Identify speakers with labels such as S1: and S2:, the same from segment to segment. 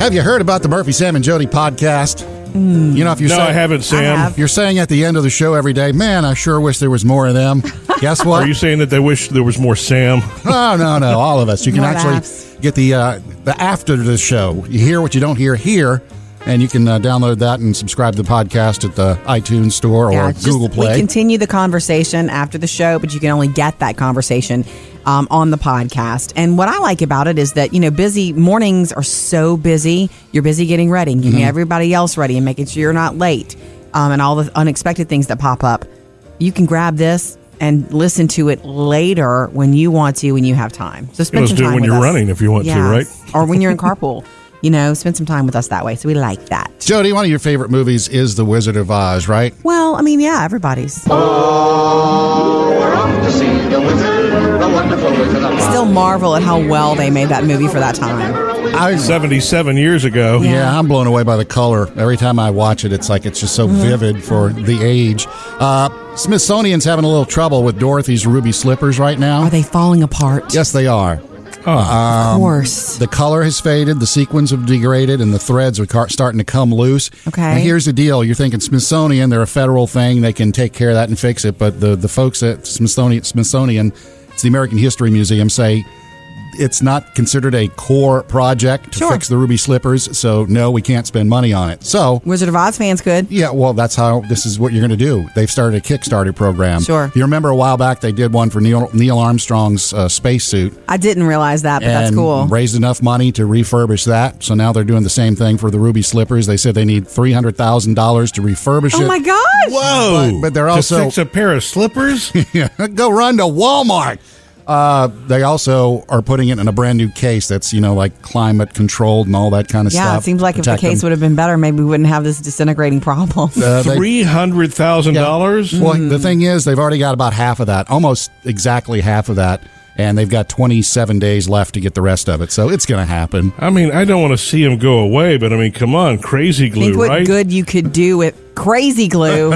S1: Have you heard about the Murphy, Sam, and Jody podcast?
S2: Hmm.
S1: You know, if you're
S3: No,
S1: saying,
S3: I haven't, Sam.
S2: have.
S1: you're saying at the end of the show every day, man, I sure wish there was more of them. Guess what?
S3: Are you saying that they wish there was more Sam?
S1: No, no, no. All of us. You can
S2: More
S1: actually
S2: laughs.
S1: get the uh, the after the show. You hear what you don't hear here, and you can uh, download that and subscribe to the podcast at the iTunes Store or
S2: Yeah, it's just-
S1: Google Play.
S2: We continue the conversation after the show, but you can only get that conversation um, on the podcast. And what I like about it is that you know, busy mornings are so busy. You're busy getting ready, getting
S3: Mm-hmm.
S2: everybody else ready, and making sure you're not late, um, and all the unexpected things that pop up. You can grab this and listen to it later when you want to, when you have time. So spend
S3: Let's
S2: some
S3: do it
S2: time
S3: when
S2: with
S3: you're
S2: us.
S3: running if you want to,
S2: Yes.
S3: right?
S2: Or when you're in carpool. You know, spend some time with us that way. So we like that.
S1: Jody, one of your favorite movies is The Wizard of Oz, right?
S2: Well, I mean, yeah, everybody's.
S4: Oh, We're off to see the wizard, the wonderful wizard of Oz.
S2: still marvel at how well they made that movie for that time.
S1: I,
S3: 77 years ago.
S1: yeah. I'm blown away by the color. Every time I watch it, it's like it's just so
S2: Mm-hmm.
S1: vivid for the age. Uh, Smithsonian's having a little trouble with Dorothy's ruby slippers right now.
S2: Are they falling apart?
S1: yes, Um, they are.
S2: of course.
S1: The color has faded, the sequins have degraded, and the threads are car- starting to come loose.
S2: Okay.
S1: Now, here's the deal. You're thinking Smithsonian, they're a federal thing. They can take care of that and fix it. But the, the folks at Smithsonian, Smithsonian, it's the American History Museum, say it's not considered a core project to
S2: Sure.
S1: fix the ruby slippers. So, no, we can't spend money on it. So,
S2: Wizard of Oz fans could.
S1: yeah, well, that's how this is what you're going to do. They've started a Kickstarter program.
S2: Sure.
S1: You remember a while back they did one for Neil, Neil Armstrong's uh, spacesuit
S2: I didn't realize that, but that's
S1: and
S2: cool.
S1: raised enough money to refurbish that. So now they're doing the same thing for the Ruby Slippers. They said they need three hundred thousand dollars to refurbish
S2: oh
S1: it.
S2: my gosh!
S3: Whoa!
S1: But- but they're
S3: To
S1: also-
S3: fix a pair of slippers.
S1: Go run to Walmart. Uh, they also are putting it in a brand new case that's you know like climate controlled and all that kind of
S2: Yeah,
S1: stuff.
S2: it seems like if the
S1: Protect
S2: case
S1: them.
S2: would have been better, maybe we wouldn't have this disintegrating problem.
S1: Uh, they-
S3: Three hundred thousand
S1: yeah.
S3: dollars.
S1: Well, the
S2: Mm-hmm.
S1: thing is, they've already got about half of that, almost exactly half of that, and they've got 27 days left to get the rest of it. So it's going to happen.
S3: I mean, I don't want to see him go away, but I mean, come on, crazy glue,
S2: Think what
S3: right?
S2: good you could do with crazy glue,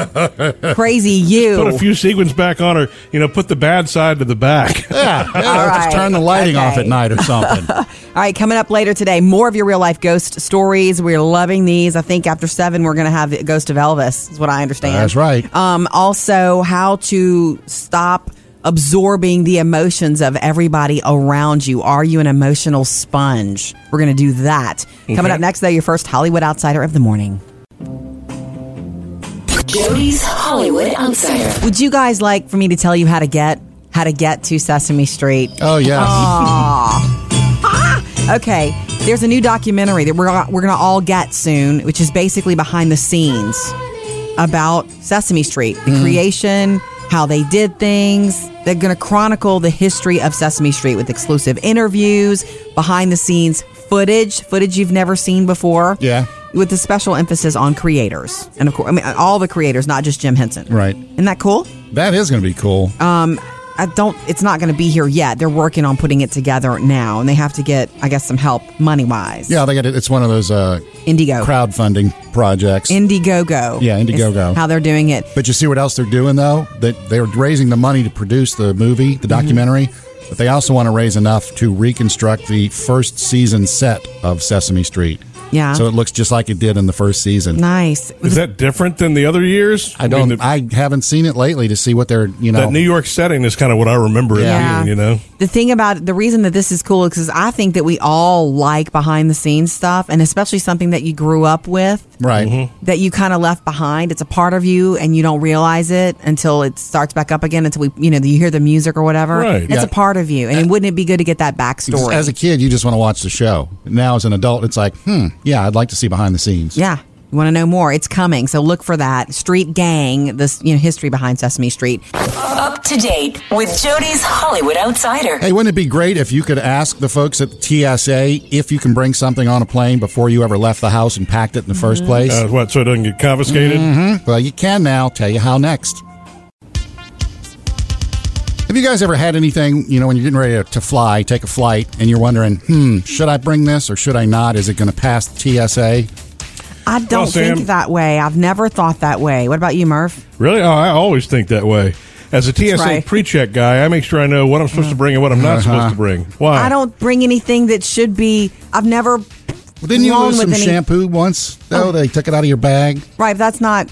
S2: crazy you.
S3: Put a few sequins back on, or you know, put the bad side to the back.
S1: Yeah, yeah,
S2: All
S1: just
S2: right.
S1: turn the lighting off
S2: Okay.
S1: at night or something.
S2: All right, coming up later today, more of your real life ghost stories. We're loving these. I think after seven, we're going to have the Ghost of Elvis, is what I understand.
S1: That's right.
S2: Um, also, how to stop absorbing the emotions of everybody around you. Are you an emotional sponge? We're going to do that. Coming
S3: Okay.
S2: up next, though, your first Hollywood Outsider of the morning.
S5: Jody's Hollywood Outsider.
S2: Would you guys like for me to tell you how to get how to get to Sesame Street?
S1: Oh yeah.
S2: Okay, there's a new documentary that we're we're gonna all get soon, which is basically behind the scenes about Sesame Street, the
S1: Mm-hmm.
S2: creation, how they did things. They're gonna chronicle the history of Sesame Street with exclusive interviews, behind the scenes footage, footage you've never seen before.
S1: Yeah.
S2: With a special emphasis on creators, and of course, I mean all the creators, not just Jim Henson.
S1: Right.
S2: Isn't that cool?
S1: That is going to be cool.
S2: I don't. It's not going to be here yet. They're working on putting it together now, and they have to get, I guess, some help money wise.
S1: yeah, they got it. It's one of those uh,
S2: Indigo.
S1: crowdfunding projects.
S2: Indiegogo.
S1: Yeah,
S2: is
S1: Indiegogo.
S2: How they're doing it.
S1: but you see what else they're doing though? That they're raising the money to produce the movie,
S2: Mm-hmm.
S1: the documentary. But they also want to raise enough to reconstruct the first season set of Sesame Street.
S2: Yeah.
S1: So it looks just like it did in the first season.
S2: Nice.
S3: Is that different than the other years?
S1: I don't. I,
S3: mean, the-
S1: haven't seen it lately to see what they're. You know.
S3: that New York setting is kind of what I remember
S2: Yeah.
S3: it being. You know,
S2: The thing about the reason that this is cool is because I think that we all like behind the scenes stuff, and especially something that you grew up with
S1: Right.
S3: Mm-hmm.
S2: that you kind of left behind. It's a part of you, and you don't realize it until it starts back up again. Until we, you know, you hear the music or whatever.
S3: Right.
S2: It's
S1: Yeah.
S2: a part of you, and wouldn't it be good to get that backstory?
S1: As a kid, you just want to watch the show. Now, as an adult, it's like, hmm, yeah, I'd like to see behind the scenes.
S2: Yeah. You want to know more? It's coming. So look for that Street Gang, this you know history behind Sesame Street.
S5: Up to date with Jody's Hollywood Outsider.
S1: Hey, wouldn't it be great if you could ask the folks at the TSA if you can bring something on a plane before you ever left the house and packed it in the first place?
S3: uh, what so it doesn't get
S1: Mm-hmm.
S3: confiscated?
S1: well, you can now. Tell you how next. Have you guys ever had anything, you know, when you're getting ready to, to fly, take a flight, and you're wondering, hmm, should I bring this or should I not? Is it going to pass the TSA?
S2: I don't
S3: Sam.
S2: think that way. I've never thought that way. What about you, Murph?
S3: Really? Oh, I always think that way. As a TSA
S2: right. Uh-huh.
S3: pre-check guy, I make sure I know what I'm supposed to bring and what I'm not supposed to bring. Why?
S2: I don't bring anything that should be. I've never
S1: Well, didn't you
S2: Along
S1: lose
S2: with
S1: some
S2: any- Oh.
S1: shampoo once? Though they took it out of your bag.
S2: Right, but that's not.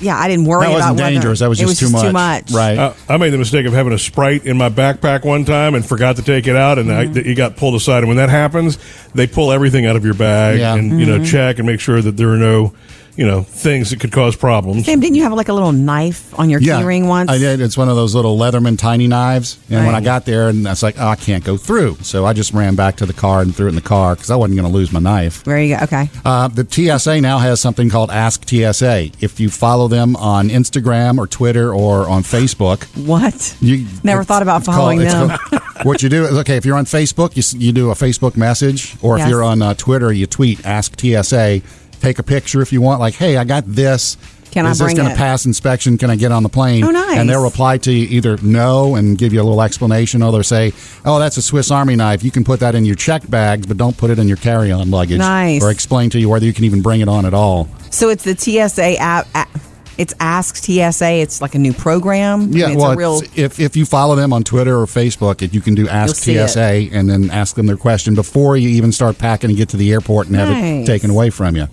S2: Yeah, I didn't worry
S1: That wasn't
S2: about whether-
S1: dangerous. That was
S2: it
S1: just,
S2: was
S1: too,
S2: just
S1: much.
S2: Too much.
S1: Right.
S3: Uh, I made the mistake of having a Sprite in my backpack one time and forgot to take it out, and I- th-
S2: Mm-hmm.
S3: it got pulled aside. And when that happens, they pull everything out of your bag
S1: Yeah.
S3: and you
S2: Mm-hmm.
S3: know check and make sure that there are no you know things that could cause problems.
S2: Sam, didn't you have like a little knife on your
S1: yeah.
S2: key ring once?
S1: I did. It's one of those little Leatherman tiny knives. And when
S2: Right.
S1: I got there, and I was like, oh, I can't go through. So I just ran back to the car and threw it in the car because I wasn't going to lose my knife.
S2: Where you go? Okay.
S1: Uh, the TSA now has something called Ask TSA. If you follow them on Instagram or Twitter or on Facebook,
S2: What?
S1: you
S2: Never
S1: it's-
S2: thought about
S1: it's called-
S2: following
S1: it's
S2: them.
S1: called- what you do is okay. If you're on Facebook, you s- you do a Facebook message, or if
S2: Yes.
S1: you're on uh, Twitter, you tweet Ask TSA. Take a picture if you want. Like, hey, I got this.
S2: Can I
S1: Is this
S2: bring
S1: gonna
S2: it?
S1: pass inspection? Can I get on the plane?
S2: Oh, nice.
S1: And they'll reply to you either no and give you a little explanation, or they'll say, oh, that's a Swiss Army knife. You can put that in your checked bags, but don't put it in your carry-on luggage.
S2: Nice.
S1: Or explain to you whether you can even bring it on at all.
S2: So it's the TSA app. app it's Ask TSA. It's like a new program.
S1: Yeah,
S2: I mean, it's
S1: well,
S2: a real.
S1: it's- if if you follow them on Twitter or Facebook, it, you can do Ask
S2: see it.
S1: TSA and then ask them their question before you even start packing and get to the airport and have it
S2: Nice.
S1: taken away from you.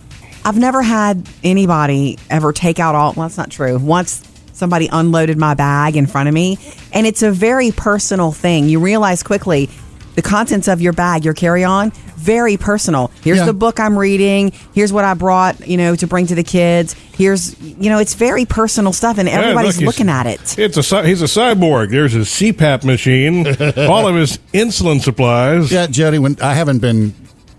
S2: I've never had anybody ever take out all. Well, that's not true. Once somebody unloaded my bag in front of me, and it's a very personal thing. You realize quickly the contents of your bag, your carry on, very personal. Here's
S1: Yeah.
S2: the book I'm reading. Here's what I brought, you know, to bring to the kids. Here's, you know, it's very personal stuff, and
S3: Hey, look,
S2: everybody's
S3: he's-
S2: looking at it.
S3: It's a cy- he's a cyborg. There's his CPAP machine, all of his insulin supplies.
S1: Yeah, Jody, when I haven't been,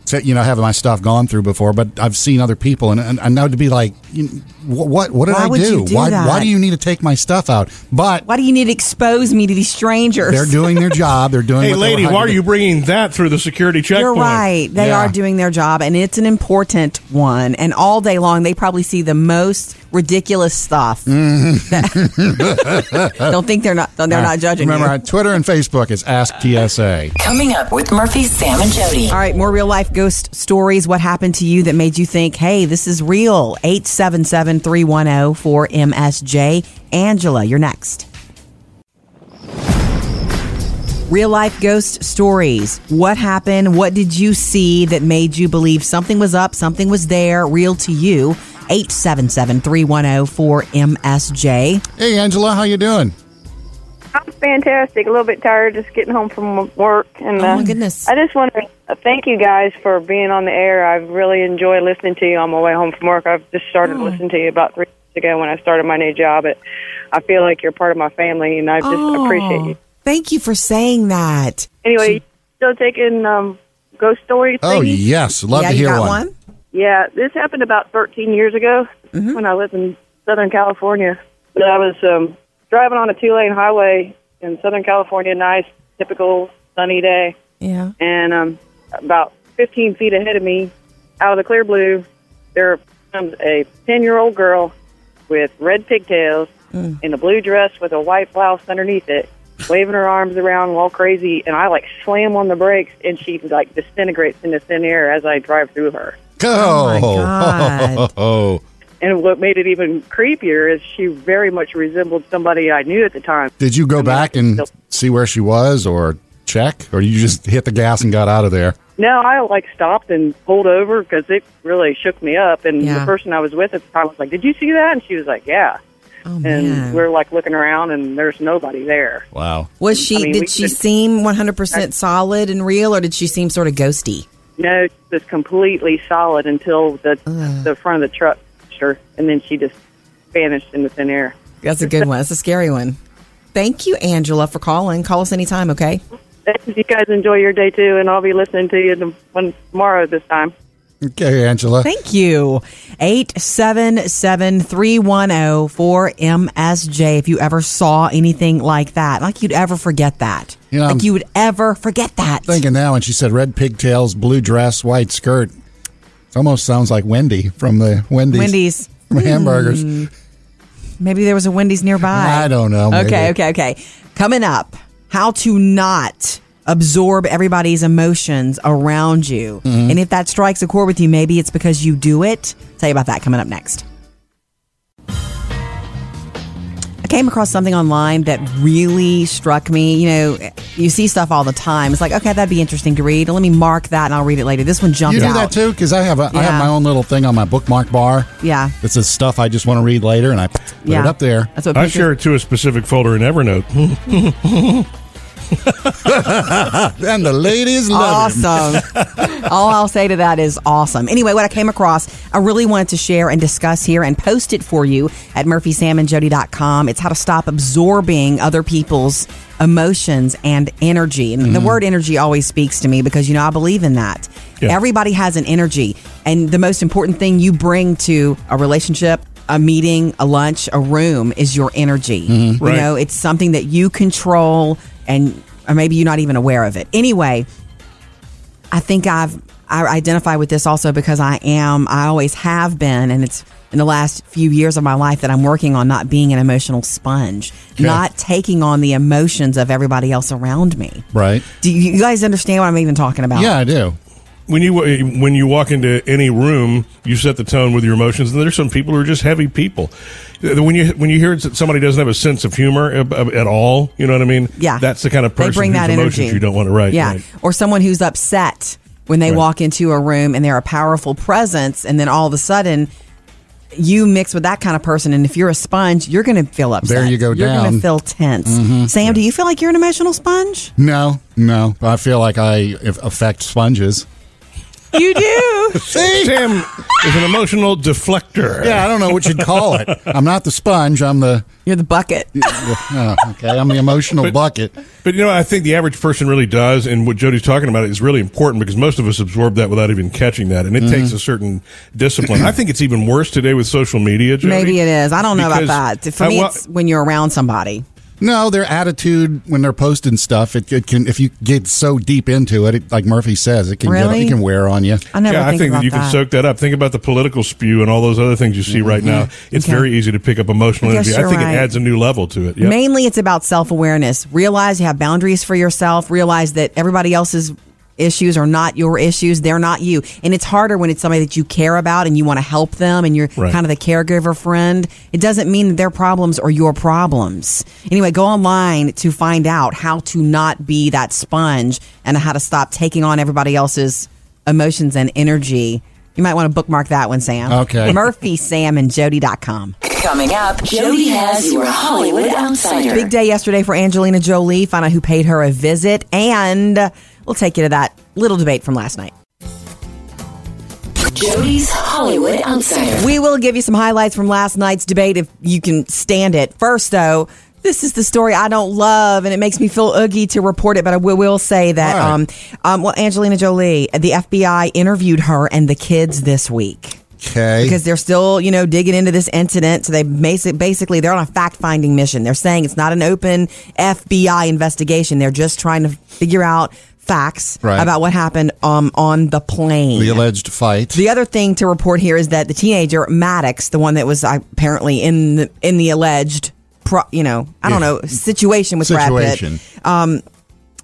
S1: to- you know, having my stuff gone through before, but I've seen other people, and, and I know to be like, you, what, what, what did
S2: Why
S1: I
S2: would
S1: do?
S2: you do
S1: why,
S2: that?
S1: why do you need to take my stuff out? But
S2: Why do you need to expose me to these strangers?
S1: they're doing their job. They're doing.
S3: Hey,
S1: what they were
S3: lady,
S1: hired
S3: why are
S1: to do.
S3: you bringing that through the security checkpoint?
S2: You're right. They
S1: Yeah.
S2: are doing their job, and it's an important one. And all day long, they probably see the most ridiculous stuff. Don't think they're not. They're not judging.
S1: Mm-hmm. Remember,
S2: you.
S1: on Twitter and Facebook, it's Ask TSA.
S5: Coming up with Murphy, Sam, and Jody.
S2: all right, more real life ghost stories. What happened to you that made you think, hey, this is real? 877 310 4MSJ. Angela, you're next. Real life ghost stories. What happened? What did you see that made you believe something was up, something was there, real to you? 877 310 4MSJ.
S1: Hey, Angela, how you doing?
S6: I'm fantastic. A little bit tired, just getting home from work. And
S2: Oh, my
S6: uh,
S2: goodness.
S6: I just want to thank you guys for being on the air. I really enjoy listening to you on my way home from work. I've just
S2: Oh.
S6: started listening to you about three weeks ago when I started my new job. But I feel like you're part of my family, and I just
S2: Oh.
S6: appreciate you.
S2: Thank you for saying that.
S6: Anyway, you still taking um, ghost stories?
S1: Oh
S6: thingy?
S1: yes, love
S2: yeah,
S1: to
S2: you
S1: hear
S2: got
S1: one.
S2: one?
S6: Yeah, this happened about 13 years ago when I lived in Southern California. And I was um, driving on a two lane highway in Southern California, nice, typical sunny day.
S2: Yeah.
S6: And um, about 15 feet ahead of me, out of the clear blue, there comes a 10 year old girl with red pigtails in a blue dress with a white blouse underneath it, waving her arms around all crazy. And I like slam on the brakes, and she like disintegrates into thin air as I drive through her.
S1: Oh,
S2: my God.
S6: And what made it even creepier is she very much resembled somebody I knew at the time.
S1: Did you go back and
S6: Nope.
S1: see where she was or check? Or you just hit the gas and got out of there?
S6: No, I like stopped and pulled over because it really shook me up. And
S2: Yeah.
S6: the person I was with at the time was like, "Did you see that?" And she was like, "Yeah."
S2: Oh,
S6: And
S2: man.
S6: we're like looking around, and there's nobody there.
S1: Wow.
S2: Was she?
S6: I mean, we
S2: did she
S6: could-
S2: seem one hundred percent solid and real, or did she seem sort of ghosty?
S6: No, it was completely solid until the the front of the truck touched her, and then she just vanished into thin air.
S2: That's a good one. That's a scary one. Thank you, Angela, for calling. Call us anytime, okay?
S6: You guys enjoy your day too, and I'll be listening to you tom- when- tomorrow this time.
S1: Okay, Angela.
S2: Thank you. 877 310 4MSJ. If you ever saw anything like that, like you'd ever forget that.
S1: You know,
S2: like
S1: I'm-
S2: you would ever forget that.
S1: Thinking now, and she said red pigtails, blue dress, white skirt. It almost sounds like Wendy from the Wendy's,
S2: Wendy's. Hmm.
S1: from hamburgers.
S2: Maybe there was a Wendy's nearby.
S1: I don't know, maybe.
S2: Okay, okay, okay. Coming up, how to not absorb everybody's emotions around you.
S1: Mm-hmm.
S2: And if that strikes a chord with you, maybe it's because you do it. tell you about that coming up next. I came across something online that really struck me. You know, you see stuff all the time. It's like, okay, that'd be interesting to read. Let me mark that and I'll read it later. This one jumped
S1: You do
S2: out.
S1: that too because I have a I have
S2: Yeah.
S1: my own little thing on my bookmark bar.
S2: Yeah.
S1: that says stuff I just want to read later, and I put
S2: Yeah,
S1: it up there.
S2: That's what
S3: I
S2: pictures-
S3: share it to a specific folder in
S2: Hmm?
S3: Evernote.
S1: And the ladies love it.
S2: Awesome. All I'll say to that is awesome. Anyway, what I came across, I really wanted to share and discuss here and post it for you at murphysamandjody.com. It's how to stop absorbing other people's emotions and energy. And
S3: Mm-hmm.
S2: the word energy always speaks to me because, you know, I believe in that.
S3: Yeah.
S2: Everybody has an energy. And the most important thing you bring to a relationship, a meeting, a lunch, a room is your energy. You
S3: Mm-hmm. Right.
S2: know, it's something that you control and or maybe you're not even aware of it. Anyway, I think I've I identify with this also because I am I always have been and it's in the last few years of my life that I'm working on not being an emotional sponge, not taking on the emotions of everybody else around me.
S1: Right?
S2: Do you you guys understand what I'm even talking about?
S1: Yeah, I do.
S3: When you uh, when you walk into any room, you set the tone with your emotions, and there's some people who are just heavy people. Uh, When you when you hear that somebody doesn't have a sense of humor ab- ab- at all, you know what I mean?
S2: Yeah.
S3: that's the kind of person
S2: they bring
S3: whose
S2: that
S3: emotions
S2: energy.
S3: you don't want to write.
S2: Yeah.
S3: right.
S2: Or someone who's upset when they
S3: Right.
S2: walk into a room and they're a powerful presence and then all of a sudden you mix with that kind of person and if you're a sponge, you're gonna feel upset.
S1: There you go
S2: You're
S1: down. Mm-hmm.
S2: gonna feel tense. Sam, do you feel like you're an emotional sponge?
S1: No, no. I feel like I if- affect sponges.
S2: You do.
S3: Sam is an emotional deflector.
S1: Yeah, I don't know what you'd call it. I'm not the sponge. I'm the
S2: You're the bucket.
S1: oh, okay. I'm the emotional bucket.
S3: But you know, I think the average person really does, and what Jody's talking about is really important because most of us absorb that without even catching that, and it takes
S2: Mm-hmm.
S3: a certain discipline. I think it's even worse today with social media. Jody,
S2: Maybe it is. I don't know
S3: because
S2: about that. For
S3: I
S2: me,
S3: wa-
S2: it's when you're around somebody.
S1: No, their attitude when they're posting stuff, it, it can if you get so deep into it, it like Murphy says, it can
S2: Really? Uh,
S1: get, it can wear on you.
S2: I never
S3: yeah, I
S2: think
S3: think
S2: about
S3: that you can soak that up. Think about the political spew and all those other things you see right now. It's
S2: Mm-hmm. Okay.
S3: very easy to pick up emotional
S2: I guess
S3: energy. I
S2: you're
S3: think
S2: right.
S3: it adds a new level to it. Yep.
S2: Mainly, it's about self awareness. Realize you have boundaries for yourself. Realize that everybody else's issues are not your issues. They're not you. And it's harder when it's somebody that you care about and you want to help them and you're
S3: Right.
S2: kind of the caregiver friend. It doesn't mean that their problems are your problems. Anyway, go online to find out how to not be that sponge and how to stop taking on everybody else's emotions and energy. You might want to bookmark that one, Sam.
S1: Okay.
S2: MurphySamandJody.com.
S5: Coming up, Jody has your Hollywood Outsider.
S2: Big day yesterday for Angelina Jolie. Find out who paid her a visit, and we'll take you to that little debate from last night.
S5: Jody's Hollywood Outsider.
S2: We will give you some highlights from last night's debate if you can stand it. First, though, this is the story I don't love, and it makes me feel oogie to report it, but I will, will say that,
S1: Why?
S2: um, um, well, Angelina Jolie, the FBI interviewed her and the kids this week.
S1: Okay.
S2: because they're still, you know, digging into this incident. So they basic, basically they're on a fact finding mission. They're saying it's not an open FBI investigation. They're just trying to figure out facts
S1: Right.
S2: about what happened um, on the plane.
S1: the alleged fight.
S2: The other thing to report here is that the teenager Maddox, the one that was uh, apparently in the in the alleged, pro, you know, I don't
S1: Yeah.
S2: know situation with Brad Pitt.
S1: situation.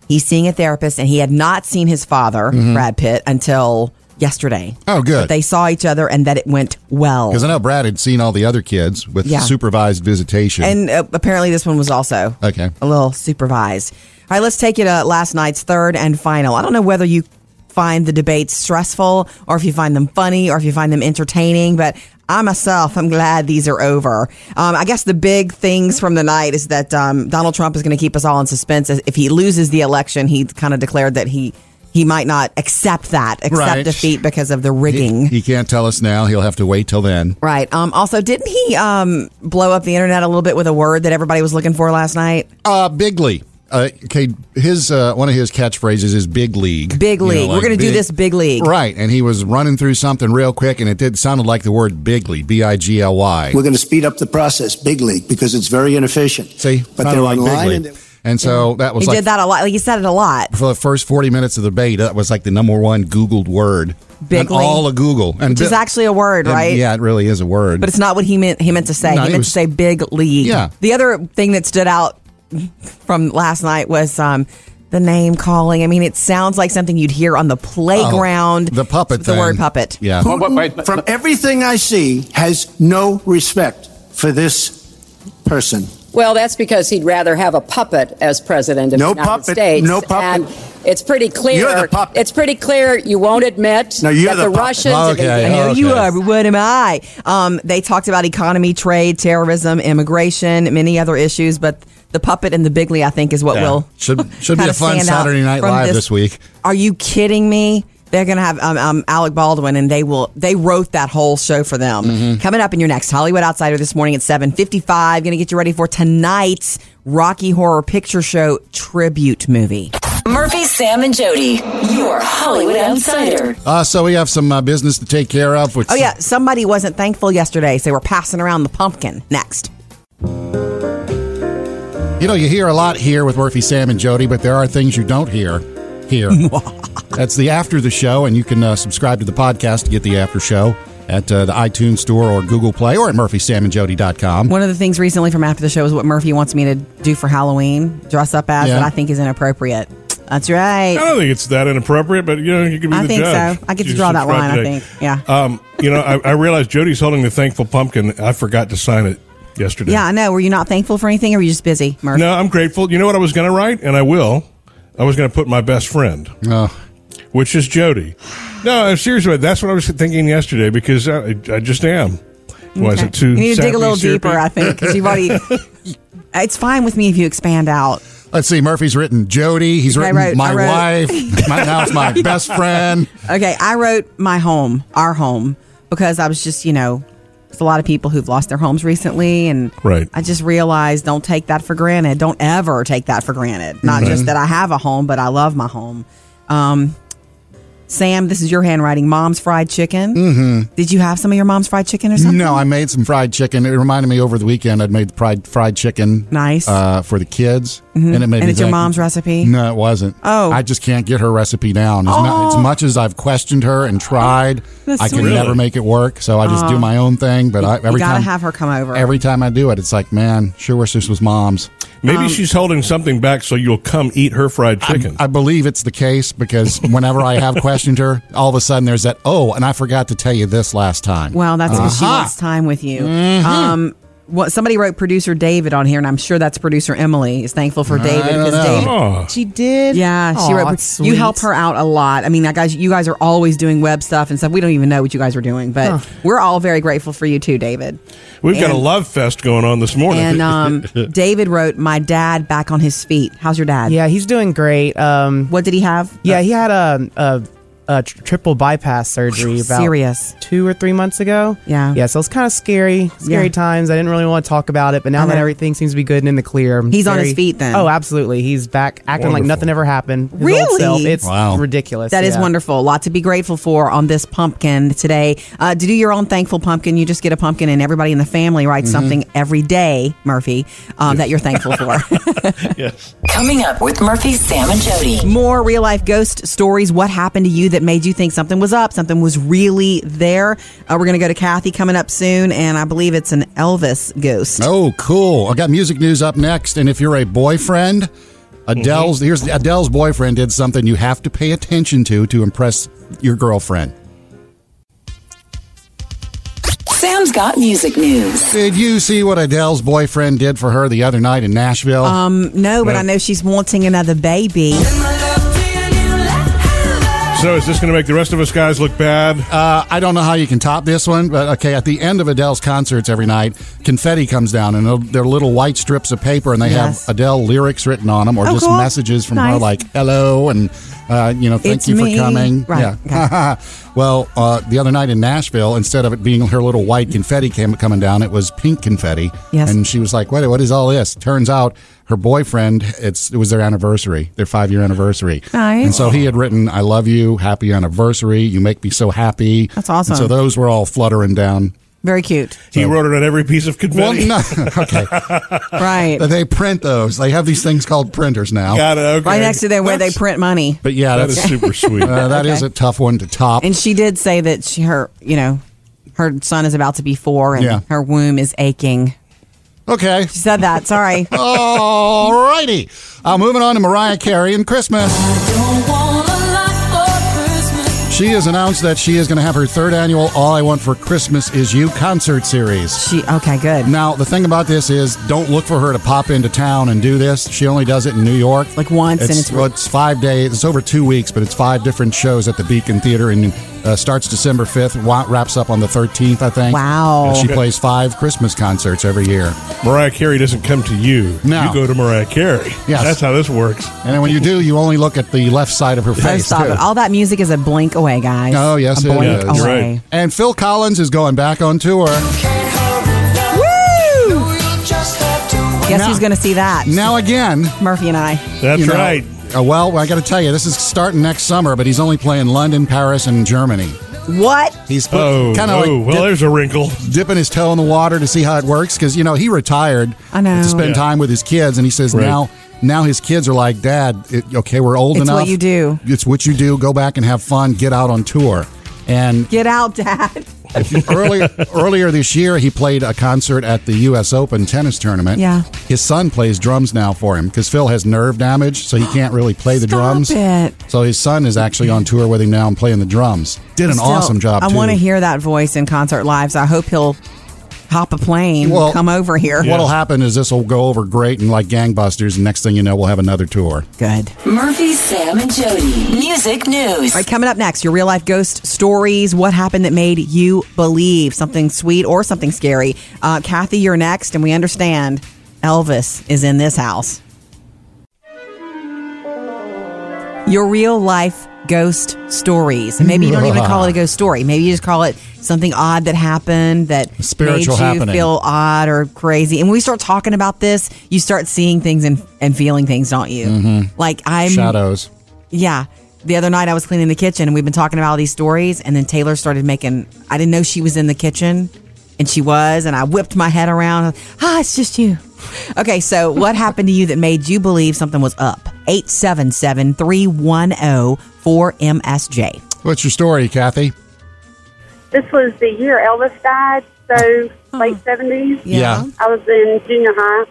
S2: He's seeing a therapist, and he had not seen his father, Brad Pitt, until yesterday.
S1: Mm-hmm. Oh, good.
S2: They saw each other, and that it went well.
S1: Because I know Brad had seen all the other kids with
S2: Yeah.
S1: supervised visitation.
S2: And uh, apparently, this one was also
S1: Okay.
S2: a little supervised. All right, let's take you to last night's third and final. I don't know whether you find the debates stressful, or if you find them funny, or if you find them entertaining, but. I myself, I'm glad these are over. Um, I guess the big things from the night is that um, Donald Trump is going to keep us all in suspense. If he loses the election, he kind of declared that he he might not accept that, accept
S1: Right.
S2: defeat because of the rigging.
S1: he, he can't tell us now. He'll have to wait till then.
S2: Right. Um, also, didn't he um, blow up the internet a little bit with a word that everybody was looking for last night?
S1: Uh, Bigley. Uh, okay, his uh, one of his catchphrases is "Big League."
S2: Big
S1: You know,
S2: league.
S1: like
S2: We're going to do
S1: big-
S2: this big league.
S1: right? And he was running through something real quick, and it did sounded like the word "Bigley," B-I-G-L-Y.
S7: We're going to speed up the process, big league, because it's very inefficient.
S1: See,
S7: but
S1: Sounded
S7: they're
S1: like
S7: online.
S1: Bigley.
S7: and they-
S1: And so that was
S2: He
S1: like
S2: did that a lot. Like he said it a lot.
S1: for the first forty minutes of the debate. That was like the number one Googled word. And
S2: Bigley.
S1: all of Google, and
S2: Which is
S1: Bi-
S2: actually a word,
S1: and-
S2: right?
S1: Yeah, it really is a word.
S2: But it's not what he meant. He meant to say.
S1: No,
S2: he
S1: it
S2: meant
S1: was-
S2: to say big league.
S1: Yeah.
S2: The other thing that stood out from last night was um, the name calling. I mean, it sounds like something you'd hear on the playground.
S1: Oh, the puppet.
S2: The word
S1: thing.
S2: puppet.
S1: Yeah.
S7: From everything I see, has no respect for this person.
S8: Well, that's because he'd rather have a puppet as president of
S7: No
S8: the United
S7: puppet.
S8: States.
S7: No puppet.
S8: And it's pretty clear.
S7: You're the puppet.
S8: It's pretty clear you won't admit
S7: No, you're
S8: that
S7: the
S8: the,
S7: puppet.
S8: Russians.
S1: Okay.
S2: I know
S1: Oh, Okay.
S2: you are, but what am I? Um, they talked about economy, trade, terrorism, immigration, many other issues, but the puppet and the bigly, I think, is what will
S1: Should should be
S2: kinda
S1: a fun
S2: stand out
S1: Saturday Night
S2: from
S1: Live this week.
S2: Are you kidding me? They're going to have um, um, Alec Baldwin, and they will. They wrote that whole show for them. Coming up in your next Hollywood Outsider this morning at seven fifty-five. Going to get you ready for tonight's Rocky Horror Picture Show tribute movie.
S5: Murphy, Sam, and Jody, your Hollywood outsider.
S1: Uh, so we have some uh, business to take care of. Which
S2: Oh yeah, somebody wasn't thankful yesterday, so they were passing around the pumpkin. Next.
S1: You know, you hear a lot here with Murphy, Sam, and Jody, but there are things you don't hear here. That's the after the show, and you can uh, subscribe to the podcast to get the after show at uh, the iTunes Store or Google Play or at murphysamandjody.com.
S2: One of the things recently from after the show is what Murphy wants me to do for Halloween, dress up as
S1: Yeah.
S2: that I think is inappropriate. That's right.
S3: I don't think it's that inappropriate, but you know, you can be
S2: I
S3: the
S2: think
S3: judge.
S2: so. I get to
S3: You
S2: draw that
S3: subscribe
S2: line, I
S3: today.
S2: think. Yeah.
S3: Um, you know, I, I realized Jody's holding the thankful pumpkin. I forgot to sign it yesterday.
S2: Yeah, I know. Were you not thankful for anything or were you just busy, Murphy?
S3: No, I'm grateful. You know what I was going to write, and I will. I was going to put my best friend,
S1: Oh.
S3: which is Jody. No, I'm serious about it. That's what I was thinking yesterday because I, I just am. Was it too?
S2: You need to dig
S3: sappy,
S2: a little
S3: syrupy?
S2: deeper, I think, because you've already. it's fine with me if you expand out.
S1: Let's see. Murphy's written Jody. He's
S2: I
S1: written
S2: wrote-
S1: my
S2: I wrote-
S1: wife. my, now it's my best friend.
S2: Okay, I wrote my home, our home, because I was just, you know, it's a lot of people who've lost their homes recently. And
S3: Right.
S2: I just realized don't take that for granted. Don't ever take that for granted.
S3: Mm-hmm.
S2: Not just that I have a home, but I love my home. Um, Sam, this is your handwriting. Mom's fried chicken. Mm-hmm. Did you have some of your mom's fried chicken or something?
S1: No, I made some fried chicken. It reminded me over the weekend I'd made the fried fried chicken.
S2: Nice. Mm-hmm.
S1: uh, for the kids, and it made
S2: And
S1: me
S2: it's your
S1: think-
S2: mom's recipe?
S1: No, it wasn't.
S2: Oh.
S1: I just can't get her recipe down. As, mu- as much as I've questioned her and tried,
S2: That's
S1: I can
S2: sweet. Oh.
S1: never make it work. So I just do my own thing. But I,
S2: You
S1: every
S2: gotta
S1: time
S2: have her come over.
S1: Every time I do it, it's like, man, sure wish this was mom's.
S3: Maybe
S2: um,
S3: she's holding something back so you'll come eat her fried chicken.
S1: I believe it's the case because whenever I have questioned her, all of a sudden there's that, oh, and I forgot to tell you this last time. Uh-huh.
S2: Well, that's because
S9: Uh-huh.
S2: she wants time with you.
S9: Mm-hmm.
S2: Um, what somebody wrote producer David on here, and I'm sure that's producer Emily is thankful for David
S1: don't
S2: because
S1: know.
S2: David
S3: Oh.
S9: She did.
S2: Yeah, she
S9: Aw,
S2: wrote.
S9: that's
S2: You
S9: sweet.
S2: help her out a lot. I mean, that guys, you guys are always doing web stuff and stuff. We don't even know what you guys are doing, but we're all very grateful for you too, David.
S3: We've got a
S2: and-
S3: love fest going on this morning.
S2: And um, David wrote, "My dad back on his feet. How's your dad?
S9: Yeah, he's doing great. Um,
S2: What did he have?
S9: yeah, he had a, a, a tr- triple bypass surgery about
S2: Serious.
S9: two or three months ago.
S2: Yeah.
S9: yeah. So it's kind of scary, scary
S2: Yeah.
S9: times. I didn't really want to talk about it, but now
S2: I
S9: that
S2: know.
S9: everything seems to be good and in the clear, I'm
S2: He's on his feet then.
S9: Oh, absolutely. He's back acting like
S3: Wonderful.
S9: nothing ever happened. His old
S2: Really?
S9: self. It's
S1: Wow.
S9: ridiculous.
S2: That is
S9: yeah.
S2: wonderful. A lot to be grateful for on this pumpkin today. Uh, to do your own thankful pumpkin, you just get a pumpkin, and everybody in the family writes something every day, Murphy, um, that you're thankful for.
S5: Coming up with Murphy, Sam, and Jody.
S2: More real life ghost stories. What happened to you that made you think something was up? Something was really there. Uh, we're going to go to Kathy coming up soon, and I believe it's an Elvis ghost.
S1: Oh, cool. I got music news up next. And if you're a boyfriend, Adele's here's Adele's boyfriend did something you have to pay attention to to impress your girlfriend.
S5: Sam's got music news.
S1: Did you see what Adele's boyfriend did for her the other night in Nashville?
S2: Um, No, but I know she's wanting another baby.
S3: so is this going to make the rest of us guys look bad?
S1: Uh, I don't know how you can top this one, but okay, at the end of Adele's concerts every night, confetti comes down and they're little white strips of paper and they
S2: Yes.
S1: have Adele lyrics written on them or
S2: Oh,
S1: just
S2: cool.
S1: messages from her
S2: Nice.
S1: like, hello, and, uh, you know, thank
S2: It's
S1: you for
S2: me.
S1: coming.
S2: Right,
S1: Yeah. well, uh, the other night in Nashville, instead of it being her little white confetti came, coming down, it was pink confetti.
S2: Yes.
S1: And she was like, what, what is all this? Turns out her boyfriend, it's, it was their anniversary, their five year anniversary.
S2: Nice.
S1: And so he had written, I love you, happy anniversary, you make me so happy.
S2: That's awesome.
S1: And so those were all fluttering down.
S2: Very cute.
S3: he wrote it on every piece of
S1: Uh, Well,
S3: confetti.
S1: no, okay.
S2: Right.
S1: But they print those. They have these things called printers now.
S3: Got it. Okay.
S2: Right next to there where they
S3: That's-
S2: print money.
S1: But yeah,
S3: That
S1: that's,
S3: is super sweet.
S1: uh, that is a tough one to top.
S2: And she did say that she, her, you know, her son is about to be four and
S1: Yeah.
S2: her womb is aching.
S1: Okay.
S2: She said that. Sorry.
S1: All righty. Uh, moving on to Mariah Carey and Christmas.
S10: Don't want a lot for Christmas.
S1: She has announced that she is going to have her third annual All I Want for Christmas Is You concert series.
S2: She okay, good.
S1: Now, the thing about this is don't look for her to pop into town and do this. She only does it in New York.
S2: Like once, and it's-
S1: well, it's five days. It's over two weeks, but it's five different shows at the Beacon Theater and uh, starts December 5th, wa- wraps up on the 13th, I think.
S2: Wow.
S1: And she plays five Christmas concerts every year.
S3: Mariah Carey doesn't come to you.
S1: No.
S3: You go to Mariah Carey.
S1: Yes.
S3: That's how this works.
S1: And then when you do, you only look at the left side of her
S2: Oh,
S1: face.
S2: stop
S1: too.
S2: it. All that music is a blink away, guys.
S1: Oh, yes,
S2: a
S1: it
S2: blink
S1: is. You're
S2: away.
S3: right.
S1: And Phil Collins is going back on tour.
S2: Guess
S1: Now-
S2: who's going to see that?
S1: Now again,
S2: Murphy and I.
S3: That's
S1: you know,
S3: right.
S1: uh, well, I got to tell you, this is starting next summer, but he's only playing London, Paris, and Germany.
S2: What?
S1: He's put,
S3: Oh,
S1: kind of
S3: oh
S1: like
S3: well,
S1: dip-
S3: there's a wrinkle.
S1: dipping his toe in the water to see how it works because you know he retired
S2: I know.
S1: to spend
S3: Yeah.
S1: time with his kids, and he says
S3: Right.
S1: now now his kids are like, Dad, it, okay, we're old
S2: It's
S1: enough.
S2: what you do.
S1: It's what you do. Go back and have fun. Get out on tour. And
S2: Get out, Dad.
S1: earlier earlier this year, he played a concert at the U.S. Open tennis tournament.
S2: Yeah.
S1: his son plays drums now for him because Phil has nerve damage, so he can't really play the
S2: Stop
S1: drums.
S2: it.
S1: So his son is actually on tour with him now and playing the drums. Did an
S2: Still,
S1: awesome job.
S2: I
S1: too.
S2: want to hear that voice in concert live. So I hope he'll hop a plane,
S1: Well,
S2: come over here.
S1: What'll happen is this will go over great and like gangbusters, and next thing you know, we'll have another tour.
S2: Good.
S5: Murphy, Sam, and Jody. Music news.
S2: All right, coming up next, your real life ghost stories. What happened that made you believe something sweet or something scary? Uh, Kathy, you're next, and we understand Elvis is in this house. Your real life ghost stories. And maybe you don't even call it a ghost story. Maybe you just call it something odd that happened that
S1: Spiritual
S2: made you
S1: happening.
S2: feel odd or crazy. And when we start talking about this, you start seeing things and, and feeling things, don't you? Like I'm
S1: Mm-hmm. Shadows.
S2: yeah. The other night I was cleaning the kitchen and we've been talking about all these stories and then Taylor started making I didn't know she was in the kitchen and she was and I whipped my head around. Ah, it's just you. Okay, so what happened to you that made you believe something was up? oh, 877-310-4MSJ.
S1: What's your story, Kathy?
S11: This was the year Elvis died, so late 70s.
S1: Yeah.
S11: I was in junior high,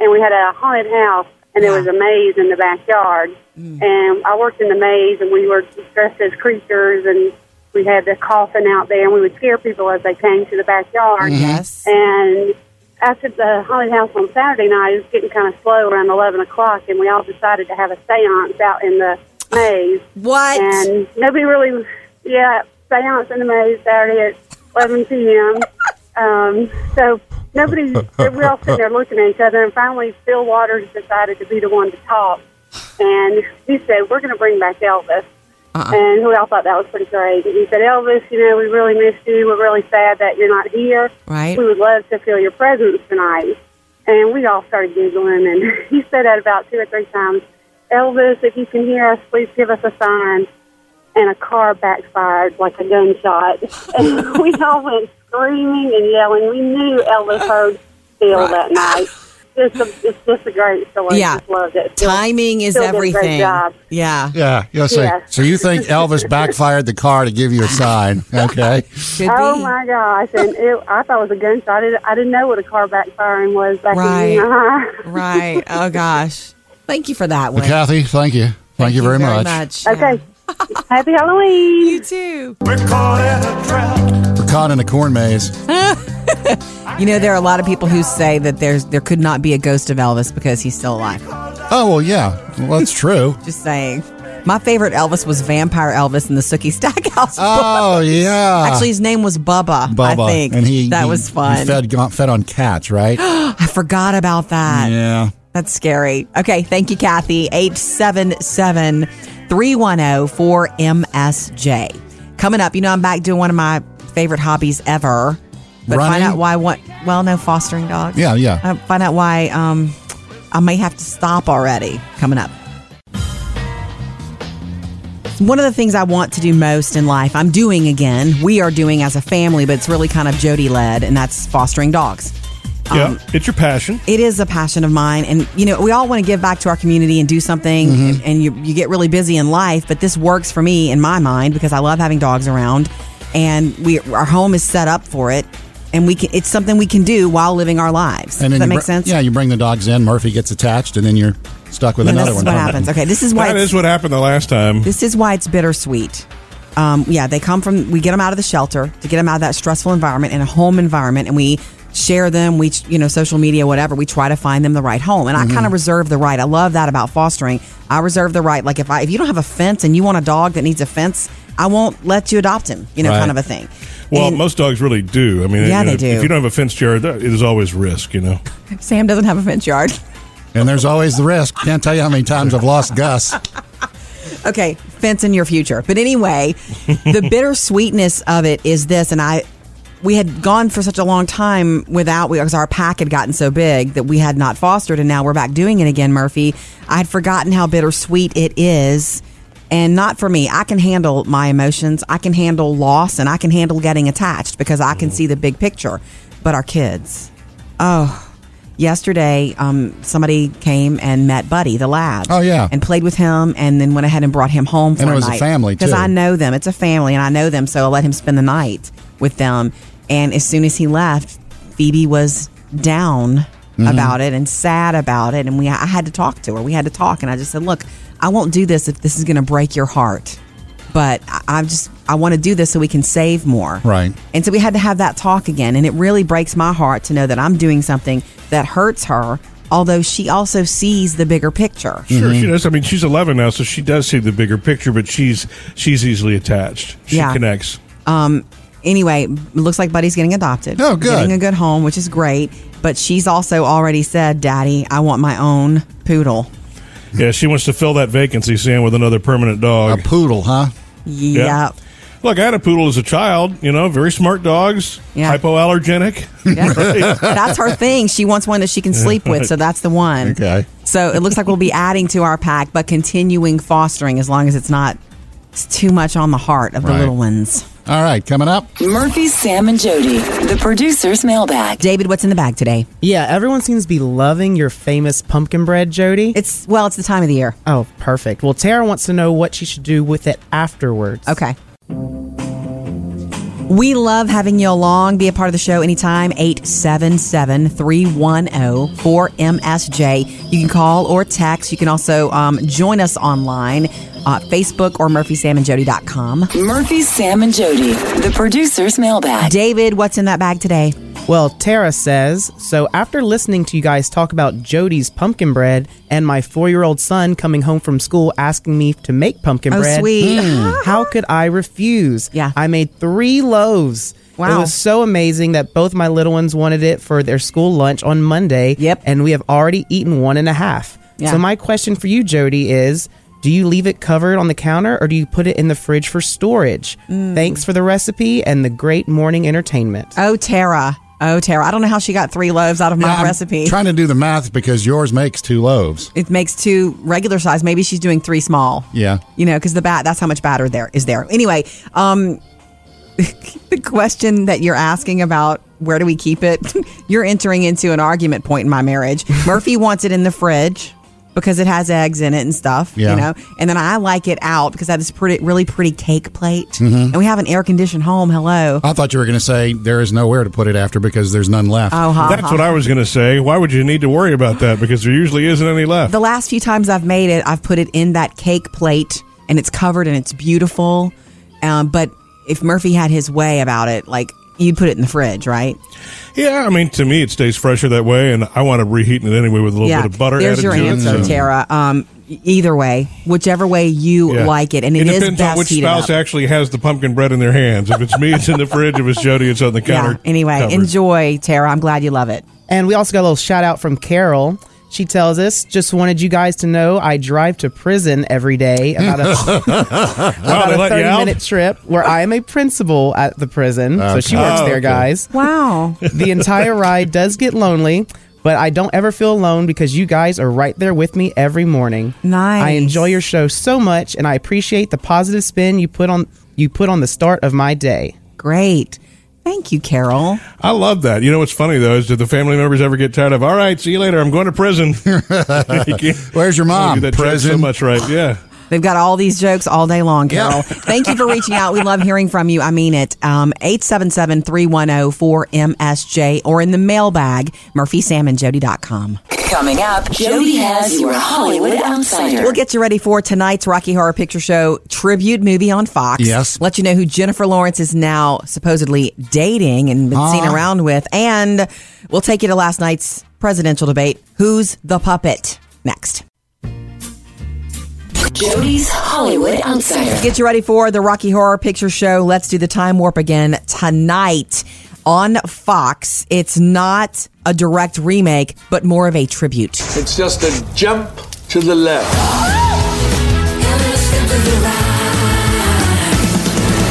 S11: and we had a haunted house, and there was a maze in the backyard. And I worked in the maze, and we were dressed as creatures, and we had the coffin out there, and we would scare people as they came to the backyard.
S2: Yes.
S11: And after the haunted house on Saturday night, it was getting kind of slow around 11 o'clock, and we all decided to have a seance out in the maze.
S2: What?
S11: And nobody really, yeah, seance in the maze Saturday at 11 p.m. Um, so nobody, we're all sitting there looking at each other, and finally Phil Waters decided to be the one to talk. And he said, We're going to bring back Elvis.
S2: Uh-uh.
S11: And we all thought that was pretty great. And he said, Elvis, you know, we really missed you. We're really sad that you're not here.
S2: Right.
S11: We would love to feel your presence tonight. And we all started giggling. And he said that about two or three times. Elvis, if you can hear us, please give us a sign. And a car backfired like a gunshot. and we all went screaming and yelling. We knew Elvis heard Phil that night. It's, a, it's just a great story.
S2: Yeah.
S11: Just loved it. Phil-
S2: Timing is
S11: Phil did a great
S2: everything.
S11: job.
S2: Yeah.
S1: Yeah. yeah so,
S11: Yes.
S1: so you think Elvis backfired the car to give you a sign? Okay.
S2: Could
S11: Oh
S2: be.
S11: my gosh! And it, I thought it was a gunshot. I didn't, I didn't know what a car backfiring was back
S2: Right.
S11: in junior high.
S2: Right. Oh gosh. Thank you for that one.
S1: Well, Kathy, thank you. Thank, you very, much.
S2: Yeah.
S11: Okay, happy Halloween.
S2: You too.
S1: We're caught in a corn maze.
S2: You know, there are a lot of people who say that there's there could not be a ghost of Elvis because he's still alive.
S1: Oh well, yeah. Well, that's true.
S2: Just saying. My favorite Elvis was Vampire Elvis in the Sookie Stackhouse.
S1: Oh yeah.
S2: Actually, his name was Bubba.
S1: Bubba,
S2: I think
S1: and he
S2: that
S1: he-
S2: was
S1: he
S2: fun.
S1: fed fed on cats, right?
S2: I forgot about that.
S1: yeah.
S2: That's scary. Okay, thank you, Kathy. 877 310 4MSJ. Coming up, you know, I'm back doing one of my favorite hobbies ever. But
S1: Running?
S2: find out why what well, no, fostering dogs.
S1: Yeah, yeah.
S2: Uh, find out why um I may have to stop already. Coming up. One of the things I want to do most in life, I'm doing again. We are doing as a family, but it's really kind of Jody led, and that's fostering dogs
S3: yeah. It's your passion.
S2: it is a passion of mine and you know we all want to give back to our community and do something
S1: Mm-hmm.
S2: and, and you, you get really busy in life but this works for me in my mind because i love having dogs around and we our home is set up for it and we can it's something we can do while living our lives does that
S1: you
S2: make
S1: br-
S2: sense
S1: Yeah, you bring the dogs in. Murphy gets attached, and then you're stuck with
S2: and
S1: another
S2: this is
S1: one.
S2: what
S1: coming.
S2: happens okay this is why
S3: That
S2: it's,
S3: is what happened the last time.
S2: this is why it's bittersweet um, yeah, they come from, we get them out of the shelter to get them out of that stressful environment and a home environment. And we share them, we, you know, social media, whatever. We try to find them the right home. And I kind of reserve the right. I love that about fostering. I reserve the right. Like if I, if you don't have a fence and you want a dog that needs a fence, I won't let you adopt him, you know,
S1: Right.
S2: kind of a thing.
S3: Well,
S2: And
S3: most dogs really do. I mean,
S2: Yeah,
S3: you know,
S2: they do.
S3: If you don't have a fence, Jared, that, there's always risk. You know,
S2: Sam doesn't have a fence yard.
S1: And there's always the risk. Can't tell you how many times I've lost Gus.
S2: okay, fence in your future. But anyway, the bittersweetness of it is this, and I we had gone for such a long time without because our pack had gotten so big that we had not fostered, and now we're back doing it again, Murphy. I had forgotten how bittersweet it is. And not for me. I can handle my emotions. I can handle loss and I can handle getting attached because I can see the big picture. But our kids. Oh, yesterday, um, somebody came and met Buddy, the lad.
S1: Oh, yeah.
S2: And played with him and then went ahead and brought him home for
S1: And it
S2: a
S1: was a
S2: night.
S1: family,
S2: because
S1: too.
S2: I know them. It's a family, and I know them, so I let him spend the night with them. And as soon as he left, Phoebe was down about it and sad about it, and we I had to talk to her. We had to talk, and I just said, "Look, I won't do this if this is going to break your heart." But I- I'm just, I want to do this so we can save more.
S1: Right.
S2: And so we had to have that talk again. And it really breaks my heart to know that I'm doing something that hurts her, although she also sees the bigger picture.
S3: sure she does. I mean, she's 11 now, so she does see the bigger picture, but she's she's easily attached. She
S2: Yeah.
S3: connects.
S2: Um, anyway, looks like Buddy's getting adopted.
S1: Oh, good.
S2: Getting a good home, which is great. But she's also already said, Daddy, I want my own poodle.
S3: Yeah, she wants to fill that vacancy, Sam, with another permanent
S1: A
S3: dog.
S1: poodle, huh?
S2: Yep.
S3: Look, I had a poodle as a child. You know, very smart dogs.
S2: Yeah.
S3: Hypoallergenic.
S2: Yeah. that's her thing. She wants one that she can sleep with, so that's the one.
S1: Okay.
S2: So it looks like we'll be adding to our pack, but continuing fostering as long as it's not it's too much on the heart of the
S1: Right.
S2: little ones.
S1: All right, coming up.
S5: Murphy, Sam, and Jody, the producer's mailbag.
S2: David, what's in the bag today?
S9: Yeah, everyone seems to be loving your famous pumpkin bread, Jody.
S2: It's well, it's the time of the year.
S9: oh, perfect. Well, Tara wants to know what she should do with it afterwards.
S2: Okay. We love having you along. Be a part of the show anytime. 877 310 4MSJ. You can call or text. You can also um, join us online, uh, Facebook or murphysamandjody.com.
S5: Murphy, Sam, and Jody, the producer's mailbag.
S2: David, what's in that bag today?
S9: Well, Tara says, so after listening to you guys talk about Jody's pumpkin bread and my four year old son coming home from school asking me to make pumpkin
S2: Oh,
S9: bread, Mm.
S2: sweet.
S9: how could I refuse?
S2: Yeah.
S9: I made three loaves.
S2: Wow.
S9: It was so amazing that both my little ones wanted it for their school lunch on Monday.
S2: Yep.
S9: And we have already eaten one and a half.
S2: Yeah.
S9: So, my question for you, Jody, is do you leave it covered on the counter or do you put it in the fridge for storage?
S8: Mm.
S9: Thanks for the recipe and the great morning entertainment.
S2: Oh, Tara. Oh, Tara. I don't know how she got three loaves out of my
S1: Now, I'm
S2: recipe.
S1: Trying to do the math because yours makes two loaves.
S2: it makes two regular size. Maybe she's doing three small.
S1: Yeah.
S2: You know, because the bat, that's how much batter there is there. Anyway, um, the question that you're asking about where do we keep it, you're entering into an argument point in my marriage. Murphy wants it in the fridge because it has eggs in it and stuff,
S1: Yeah.
S2: you know, and then I like it out because I have this pretty, really pretty cake plate.
S1: Mm-hmm.
S2: And we have an air conditioned home. Hello.
S1: I thought you were going to say there is nowhere to put it after because there's none left.
S2: Oh, ha,
S3: That's
S2: ha.
S3: what I was going to say. Why would you need to worry about that? Because there usually isn't any left.
S2: the last few times I've made it, I've put it in that cake plate and it's covered and it's beautiful. Um, but if Murphy had his way about it, like you'd put it in the fridge, right?
S3: Yeah, I mean, to me, it stays fresher that way, and I want to reheat it anyway with a little bit of butter
S2: There's
S3: added
S2: your
S3: to
S2: answer,
S3: it. so-
S2: Tara. Um, e- either way, whichever way you
S3: Yeah.
S2: like it, and it is
S3: depends
S2: best
S3: on which
S2: heated
S3: spouse
S2: up.
S3: actually has the pumpkin bread in their hands. If it's me, it's in the fridge. If it's Jody, it's on the
S2: Yeah.
S3: counter.
S2: Anyway,
S3: covered.
S2: enjoy, Tara. I'm glad you love it.
S9: And we also got a little shout out from Carol. She tells us, just wanted you guys to know I drive to prison every day about a,
S3: Wow,
S9: about
S3: they
S9: a
S3: let you
S9: 30
S3: out?
S9: minute trip where I am a principal at the prison. So she
S3: Okay.
S9: works
S3: Oh,
S9: there,
S3: okay.
S9: guys.
S2: Wow.
S9: The entire ride does get lonely, but I don't ever feel alone because you guys are right there with me every morning.
S2: Nice.
S9: I enjoy your show so much and I appreciate the positive spin you put on you put on the start of my day.
S2: Great. Thank you, Carol.
S3: I love that. You know what's funny though is do the family members ever get tired of? All right, see you later. I'm going to prison. You can't-
S1: Where's your
S3: I don't
S1: mom?
S3: do that joke
S1: Ah, Prison.
S3: So much right? Yeah.
S2: They've got all these jokes all day long,
S1: Yeah.
S2: Carol. Thank you for reaching out. We love hearing from you. I mean it. Um, oh, 877-310-4MSJ or in the mailbag, murphysamandjody.com.
S5: Coming up, Jody has your Hollywood Outsider.
S2: We'll get you ready for tonight's Rocky Horror Picture Show tribute movie on Fox.
S1: Yes.
S2: Let you know who Jennifer Lawrence is now supposedly dating and been seen
S1: Ah.
S2: around with. And we'll take you to last night's presidential debate. Who's the puppet? Next.
S5: Jody's Hollywood Outsider.
S2: Get you ready for the Rocky Horror Picture Show. Let's do the time warp again tonight on Fox. It's not a direct remake, but more of a tribute.
S10: It's just a jump to the left.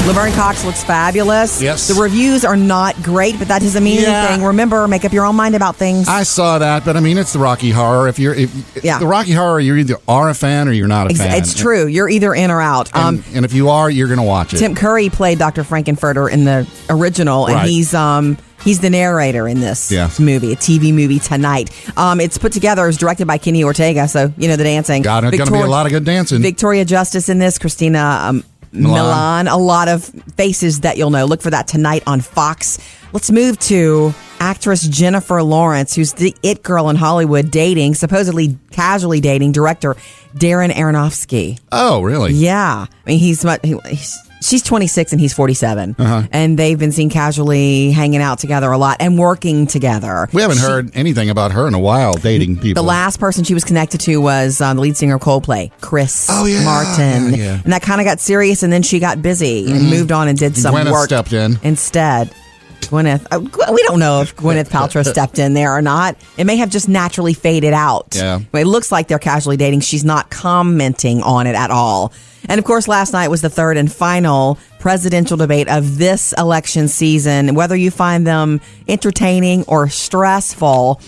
S2: Laverne Cox looks fabulous.
S1: Yes.
S2: The reviews are not great, but that doesn't mean
S1: Yeah.
S2: anything. Remember, make up your own mind about things.
S1: I saw that, but I mean, it's the Rocky Horror. If you're, if,
S2: Yeah.
S1: the Rocky Horror, you either are a fan or you're not a
S2: Ex-
S1: fan.
S2: it's true. You're either in or out.
S1: And,
S2: um,
S1: and if you are, you're going to watch it.
S2: Tim Curry played Dr. Frankenfurter in the original, and
S1: Right.
S2: he's um he's the narrator in this
S1: Yeah.
S2: movie, a TV movie tonight. Um, it's put together, it's directed by Kenny Ortega, so you know the dancing.
S1: God, it's going to be a lot of good dancing.
S2: Victoria Justice in this, Christina um, Milan.
S1: Milian.
S2: a lot of faces that you'll know. Look for that tonight on Fox. Let's move to actress Jennifer Lawrence, who's the it girl in Hollywood, dating, supposedly casually dating director Darren Aronofsky.
S1: oh, really?
S2: Yeah, I mean he's much. He, he's, she's 26 and he's 47, and they've been seen casually hanging out together a lot and working together.
S1: We haven't
S2: She-
S1: heard anything about her in a while dating people.
S2: The last person she was connected to was um, the lead singer of Coldplay, Chris
S1: Oh, yeah,
S2: Martin,
S1: yeah, yeah. Mm-hmm.
S2: and that kind of got serious. And then she got busy and moved on and did some
S1: Gwyneth
S2: work.
S1: stepped in.
S2: instead. Gwyneth, uh, Gw- we don't know if Gwyneth Paltrow stepped in there or not. It may have just naturally faded out.
S1: Yeah.
S2: It looks like they're casually dating. She's not commenting on it at all. And of course, last night was the third and final presidential debate of this election season. Whether you find them entertaining or stressful,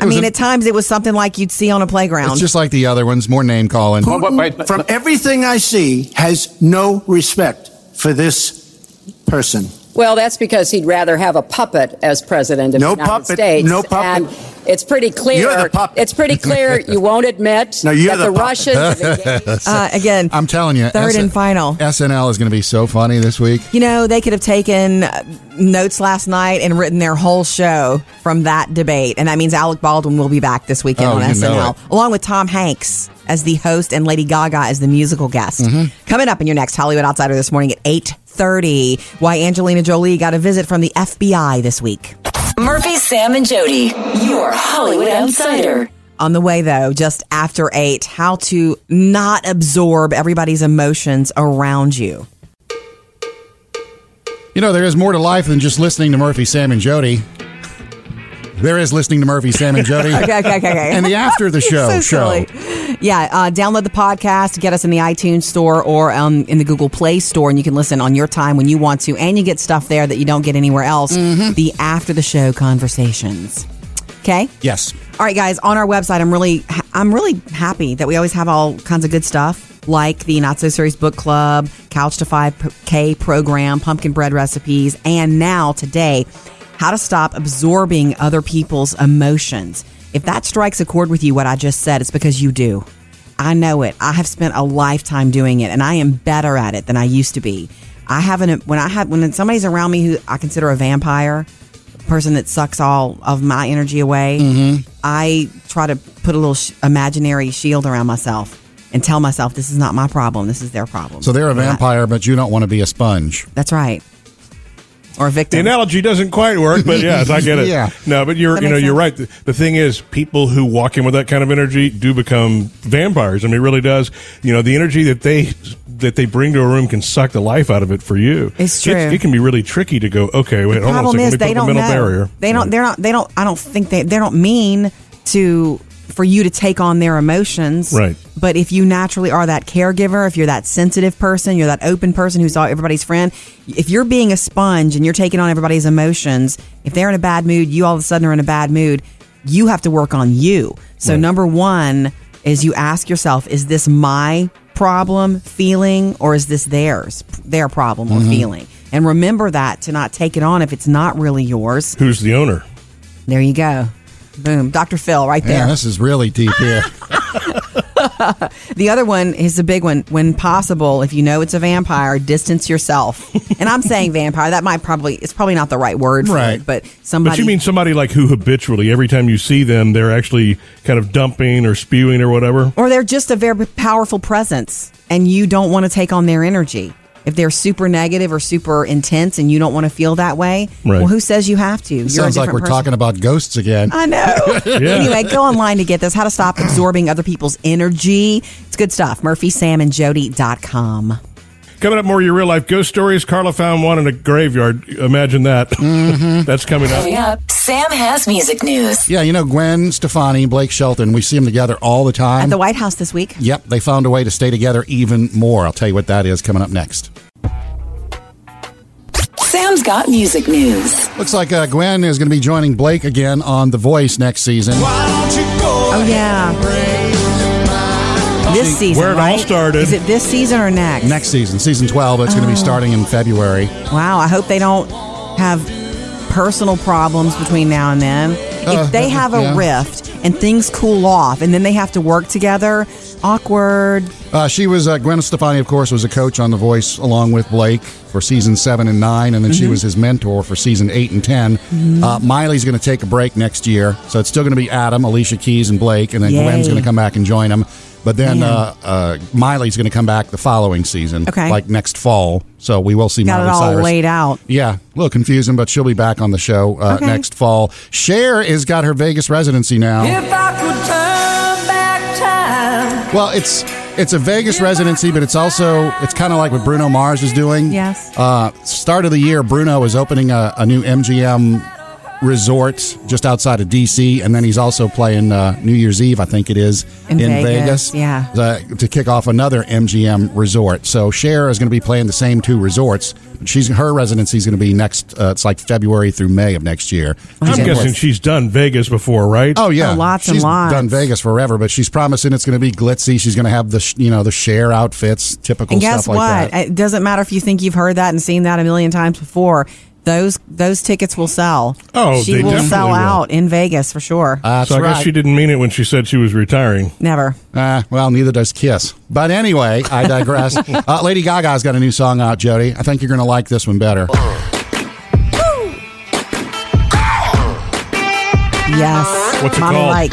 S2: I
S1: was
S2: mean,
S1: a-
S2: at times it was something like you'd see on a playground.
S1: It's just like the other ones, more name calling.
S10: Wait, wait, wait.
S7: From everything I see, has no respect for this person.
S8: Well, that's because he'd rather have a puppet as president of
S7: No
S8: the United
S7: puppet,
S8: States.
S7: no puppet.
S8: And it's pretty clear.
S7: You're the puppet.
S8: It's pretty clear you won't admit
S7: No, you're
S8: that the,
S7: the puppet.
S8: Russians have engaged
S2: uh, again,
S1: I'm telling you,
S2: third and final.
S1: SNL is going to be so funny this week.
S2: You know, they could have taken uh, notes last night and written their whole show from that debate. And that means Alec Baldwin will be back this weekend
S1: Oh,
S2: on
S1: you know
S2: SNL, along with Tom Hanks as the host and Lady Gaga as the musical guest.
S1: Mm-hmm.
S2: Coming up in your next Hollywood Outsider this morning at 8.30, why Angelina Jolie got a visit from the FBI this week.
S5: Murphy, Sam, and Jody, your Hollywood Outsider.
S2: On the way, though, just after 8, how to not absorb everybody's emotions around you.
S1: You know, there is more to life than just listening to Murphy, Sam, and Jody. There is listening to Murphy, Sam, and Jody.
S2: Okay, okay, okay, okay.
S1: And the after the show
S2: so
S1: show.
S2: silly. Yeah, uh, download the podcast, get us in the iTunes store or um, in the Google Play store, and you can listen on your time when you want to, and you get stuff there that you don't get anywhere else.
S1: Mm-hmm.
S2: The after the show conversations. Okay.
S1: Yes.
S2: All right, guys. On our website, I'm really, I'm really happy that we always have all kinds of good stuff, like the Not So Serious Book Club, Couch to Five K program, pumpkin bread recipes, and now today, how to stop absorbing other people's emotions. If that strikes a chord with you, what I just said, it's because you do. I know it. I have spent a lifetime doing it, and I am better at it than I used to be. I haven't when I have when somebody's around me who I consider a vampire, person that sucks all of my energy away.
S1: Mm-hmm.
S2: I try to put a little sh- imaginary shield around myself and tell myself this is not my problem. This is their problem.
S1: So they're a
S2: Not-
S1: vampire, but you don't want to be a sponge.
S2: That's right. Or a victim.
S3: The analogy doesn't quite work, but yes, I get it.
S1: Yeah.
S3: No, but you're
S2: That
S3: you know
S2: makes
S3: you're
S2: sense.
S3: right. The, the thing is, people who walk in with that kind of energy do become vampires. I mean, it really does. You know, the energy that they that they bring to a room can suck the life out of it for you.
S2: It's true.
S3: it can be really tricky to go. Okay, wait, hold on a
S2: problem
S3: second.
S2: is
S3: Let me
S2: they
S3: put up a
S2: don't know.
S3: mental barrier.
S2: They don't. They're not. They don't. I don't think they. They don't mean to for you to take on their emotions.
S3: Right.
S2: But if you naturally are that caregiver, if you're that sensitive person, you're that open person who's all everybody's friend. If you're being a sponge and you're taking on everybody's emotions, if they're in a bad mood, you all of a sudden are in a bad mood. You have to work on you. So number one is you ask yourself: Is this my problem, feeling, or is this theirs, their problem or feeling? And remember that to not take it on if it's not really yours.
S3: Who's the owner?
S2: There you go. Boom. Dr. Phil right
S1: Yeah,
S2: there.
S1: this is really deep here.
S2: the other one is the big one. When possible, if you know it's a vampire, distance yourself. and I'm saying vampire. That might probably it's probably not the right word, for
S3: Right.
S2: It, but somebody.
S3: But you mean somebody like who habitually, every time you see them, they're actually kind of dumping or spewing or whatever?
S2: or they're just a very powerful presence, and you don't want to take on their energy. If they're super negative or super intense, and you don't want to feel that way,
S1: Right.
S2: well, who says you have to? You're a
S1: Sounds like
S2: different
S1: we're
S2: person.
S1: talking about ghosts again.
S2: I know.
S1: Yeah.
S2: Anyway, go online to get this. How to stop absorbing other people's energy. It's good stuff. MurphySamandJody.com.
S3: Coming up, more of your real life ghost stories. Carla found one in a graveyard. Imagine that.
S2: Mm-hmm.
S3: That's coming up.
S5: Coming up, Sam has music news.
S1: Yeah, you know, Gwen Stefani, Blake Shelton, we see them together all the time.
S2: At the White House this week.
S1: Yep, they found a way to stay together even more. I'll tell you what that is coming up next.
S5: Sam's got music news.
S1: Looks like uh, Gwen is going to be joining Blake again on The Voice next season.
S2: Oh, yeah. This season.
S1: where it all
S2: right?
S1: started.
S2: Is it this season or next?
S1: Next season, season 12, it's going to
S2: Oh.
S1: be starting in February.
S2: Wow. I hope they don't have personal problems between now and then.
S1: Uh,
S2: if they have a
S1: yeah.
S2: rift and things cool off and then they have to work together, awkward.
S1: Uh, she was, uh, Gwen Stefani, of course, was a coach on The Voice along with Blake for season 7 and 9, and then she
S2: Mm-hmm.
S12: Mhm.
S1: was his mentor for season 8 and 10.
S12: Mhm.
S1: Uh, Miley's going to take a break next year, so it's still going to be Adam, Alicia Keys, and Blake, and then
S12: Yay.
S1: Gwen's going to come back and join them. But then
S12: Man.
S1: uh, uh, Miley's going to come back the following season,
S2: Okay.
S1: like next fall, so we will see
S2: Got
S1: Miley
S2: it all
S1: Cyrus.
S2: laid out.
S1: Yeah, a little confusing, but she'll be back on the show uh,
S2: Okay.
S1: next fall. Cher has got her Vegas residency now.
S13: I could turn back time.
S1: Well, it's it's a Vegas residency, but it's also it's kind of like what Bruno Mars is doing.
S13: Yes.
S1: Uh, start of the year, Bruno is opening a, a new MGM resort just outside of DC, and then he's also playing uh, New Year's Eve, I think it is,
S2: In Vegas, yeah.
S1: uh, to kick off another MGM resort. So Cher is going to be playing the same two resorts. She's her residency is going to be next. Uh, it's like February through May of next year.
S3: I'm
S1: She's-
S3: guessing she's done Vegas before, right?
S1: Oh yeah, She's Done Vegas forever, but she's promising it's going to be glitzy. She's going to have the sh- you know the share outfits, typical
S2: And guess
S1: stuff like
S2: what?
S1: that.
S2: It doesn't matter if you think you've heard that and seen that a million times before. Those those tickets will sell.
S3: Oh,
S2: she
S3: they
S2: will
S3: definitely
S2: sell
S3: will.
S2: out in Vegas for sure.
S3: so I guess she didn't mean it when she said she was retiring.
S2: Never.
S1: Uh, well, neither does Kiss. But anyway, I digress. uh, Lady Gaga's got a new song out, Jody. I think you're going to like this one better.
S2: Yes.
S1: What's it
S2: Mommy
S1: called?
S2: Like.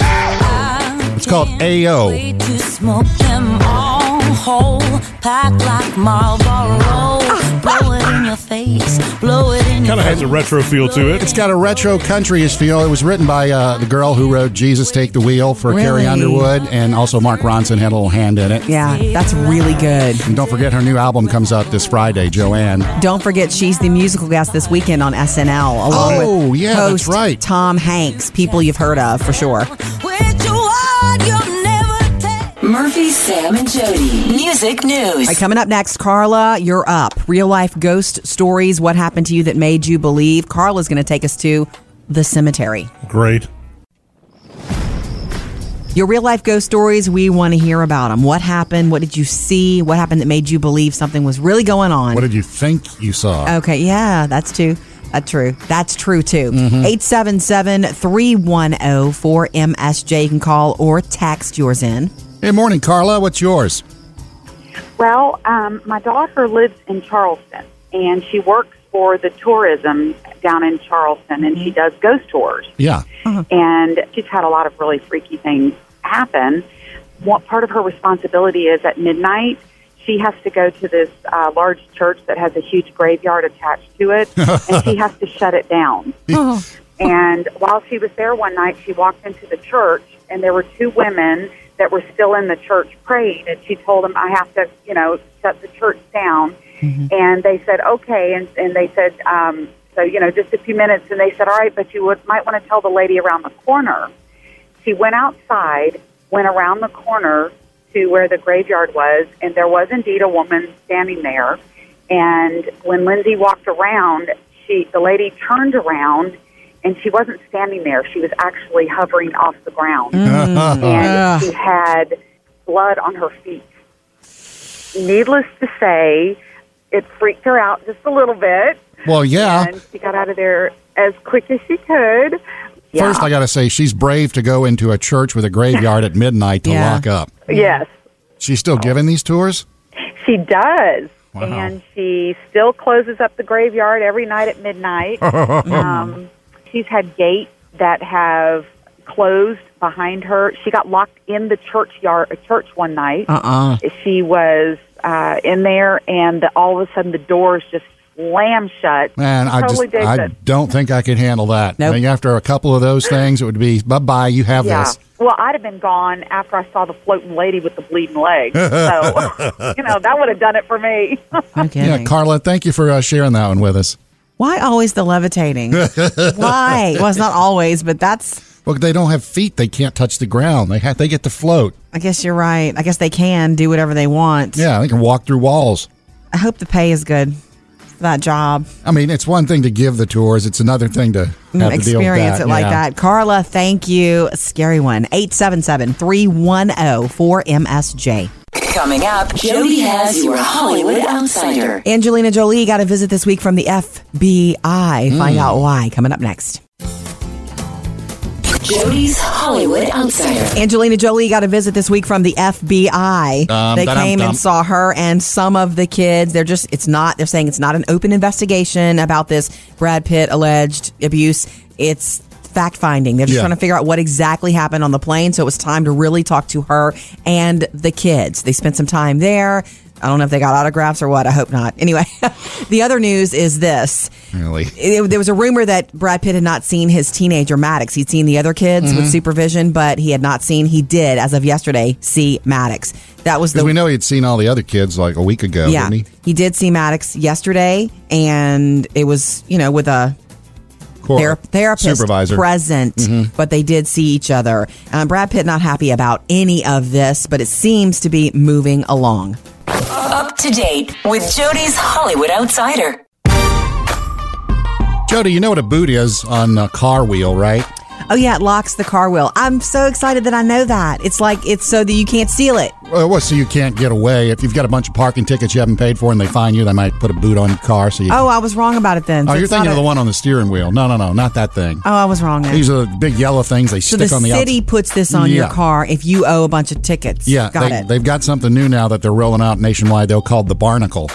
S1: It's called AO.
S13: Way to smoke them all whole. Pack like Marlboro. Blow it in your face. Blow it in
S3: Kind of has a retro feel to it.
S1: It's got a retro countryish feel. It was written by uh, the girl who wrote "Jesus Take the Wheel" for
S2: Really?
S1: Carrie Underwood, and also Mark Ronson had a little hand in it.
S2: Yeah, that's really good.
S1: And don't forget her new album comes out this Friday, Joanne.
S2: Don't forget, she's the musical guest this weekend on SNL, along
S1: Oh,
S2: with
S1: yeah, that's
S2: host Tom Hanks, people you've heard of for sure.
S5: Murphy, Sam, and Jody. Music news.
S2: All right, coming up next, Carla, you're up. Real life ghost stories. What happened to you that made you believe? Carla's going to take us to the cemetery.
S3: Great.
S2: Your real life ghost stories, we want to hear about them. What happened? What did you see? What happened that made you believe something was really going on?
S1: What did you think you saw?
S2: Okay, yeah, that's too. That's true. That's true too. 877 310 4MSJ. You can call or text yours in.
S1: Hey, morning, Carla. What's yours?
S14: Well, um, my daughter lives in Charleston, and she works for the tourism down in Charleston, and she does ghost tours.
S1: Yeah.
S2: Uh-huh.
S14: And she's had a lot of really freaky things happen. What part of her responsibility is at midnight, she has to go to this uh, large church that has a huge graveyard attached to it, and she has to shut it down. And while she was there one night, she walked into the church, and there were two women that were still in the church praying. And she told them, "I have to, you know, shut the church down." And they said, "Okay." And, and they said, um, "So, you know, just a few minutes." And they said, "All right, but you would, might want to tell the lady around the corner." She went outside, went around the corner to where the graveyard was, and there was indeed a woman standing there. And when Lindsay walked around, she the lady turned around and she wasn't standing there. She was actually hovering off the ground.
S13: Mm.
S14: and she had blood on her feet. Needless to say, it freaked her out just a little bit.
S1: Well, yeah.
S14: And she got out of there as quick as she could.
S1: First, I got to say she's brave to go into a church with a graveyard at midnight to
S14: Yeah.
S1: lock up.
S14: Yes,
S1: She's still giving these tours?
S14: She does.
S1: Wow.
S14: And she still closes up the graveyard every night at midnight. um, she's had gates that have closed behind her. She got locked in the churchyard, a church one night.
S12: Uh-uh.
S14: She was uh, in there, and the, all of a sudden the doors just slam shut.
S1: Man, I
S14: totally
S1: just
S14: did
S1: I don't think I could handle that. I think after a couple of those things, it would be bye bye. You have
S14: yeah.
S1: this.
S14: Well, I'd have been gone after I saw the floating lady with the bleeding leg. So, you know, that would have done it for me.
S1: Yeah, Carla, thank you for uh, sharing that one with us.
S2: Why always the levitating? Why? Well, it's not always, but that's.
S1: Well, they don't have feet; they can't touch the ground. They have, they get to float.
S2: I guess you're right. I guess they can do whatever they want.
S1: Yeah, they can walk through walls.
S2: I hope the pay is good for that job.
S1: I mean, it's one thing to give the tours; it's another thing to have to deal with
S2: Mm, Experience
S1: that,
S2: it like
S1: yeah.
S2: that. Carla, thank you. Scary one. 877 310 4MSJ.
S5: Coming up, Jody has your Hollywood Outsider.
S2: Angelina Jolie got a visit this week from the FBI. Find out why. Coming up next.
S5: Jody's Hollywood Outsider.
S2: Angelina Jolie got a visit this week from the FBI.
S5: Dum,
S2: they
S5: da-dum,
S2: came
S5: dum.
S2: and saw her and some of the kids. They're just, it's not, they're saying it's not an open investigation about this Brad Pitt alleged abuse. It's fact finding. They're just
S15: Yeah.
S2: trying to figure out what exactly happened on the plane. So it was time to really talk to her and the kids. They spent some time there. I don't know if they got autographs or what. I hope not. Anyway, the other news is this
S1: Really?
S2: it, there was a rumor that Brad Pitt had not seen his teenager Maddox. He'd seen the other kids with
S1: Mhm.
S2: supervision, but he had not seen. He did, as of yesterday, see Maddox. That was
S1: Because
S2: the
S1: we know he'd seen all the other kids like a week ago,
S2: yeah.
S1: didn't
S2: He did see Maddox yesterday, and it was you know with a
S1: Cor-
S2: thera- therapist
S1: supervisor.
S2: present,
S1: Mhm.
S2: but they did see each other. Um, Brad Pitt not happy about any of this, but it seems to be moving along.
S5: Up to date with Jody's Hollywood Outsider.
S1: he? Jody, you know what a boot is on a car wheel, right?
S2: Oh yeah, it locks the car wheel. I'm so excited that I know that. It's like it's so that you can't steal it.
S1: Well, well, so you can't get away. If you've got a bunch of parking tickets you haven't paid for and they find you, they might put a boot on your car. So you
S2: Oh, I was wrong about it then.
S1: Oh,
S2: So
S1: you're
S2: it's not
S1: thinking
S2: a-
S1: of the one on the steering wheel. No, no, no, not that thing.
S2: Oh, I was wrong. Then.
S1: These are the big yellow things they
S2: so
S1: stick
S2: the,
S1: on the
S2: city
S1: outside.
S2: puts this on your
S1: Yeah.
S2: car if you owe a bunch of tickets.
S1: Yeah,
S2: got
S1: they,
S2: it.
S1: they've got something new now that they're rolling out nationwide. They'll call the Barnacle,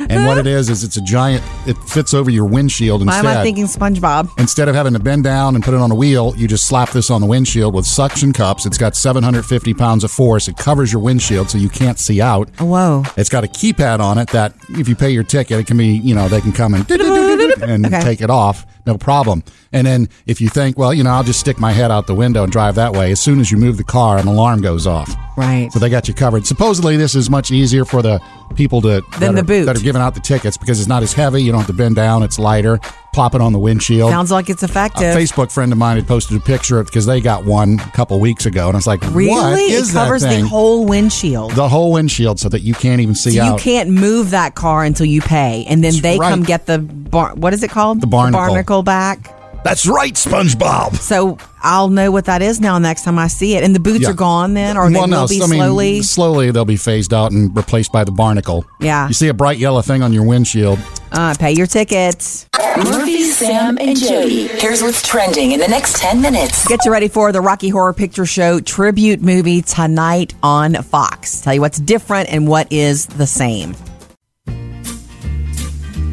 S1: and what it is is it's a giant. It fits over your windshield
S2: Why
S1: instead.
S2: am I thinking SpongeBob?
S1: Instead of having to bend down and put it on a wheel, you just slap this on the windshield with suction cups. It's got 750 pounds of force. It covers your windshield so you can't see out.
S2: Oh, Whoa.
S1: It's got a keypad on it that if you pay your ticket, it can be, you know, they can come and, and
S2: Okay.
S1: take it off, no problem. And then if you think, well, you know, I'll just stick my head out the window and drive that way, as soon as you move the car, an alarm goes off.
S2: Right.
S1: So they got you covered. Supposedly, this is much easier for the people to
S2: Than
S1: that
S2: the
S1: are,
S2: boot.
S1: that are giving out the tickets because it's not as heavy. You don't have to bend down. It's lighter. Plop it on the windshield.
S2: Sounds like it's
S1: A
S2: effective.
S1: uh, Facebook friend of mine had posted a picture of because they got one a couple weeks ago, and I was like,
S2: really?
S1: "What is
S2: it covers
S1: that thing?"
S2: the whole windshield.
S1: The whole windshield, so that you can't even see
S2: so you
S1: out.
S2: can't move that car until you pay, and then they
S1: right.
S2: come get the bar- what is it called? The
S1: barnacle.
S2: barnacle back.
S1: That's right, SpongeBob.
S2: So I'll know what that is now next time I see it. And the boots
S1: Yeah.
S2: are gone then, or
S1: well,
S2: they
S1: no,
S2: will be
S1: I mean,
S2: slowly.
S1: slowly they'll be phased out and replaced by the barnacle.
S2: Yeah.
S1: You see a bright yellow thing on your windshield.
S2: Uh, pay your tickets.
S5: Murphy, Sam, and Jody. Here's what's trending in the next 10 minutes.
S2: Get you ready for the Rocky Horror Picture Show tribute movie tonight on Fox. Tell you what's different and what is the same.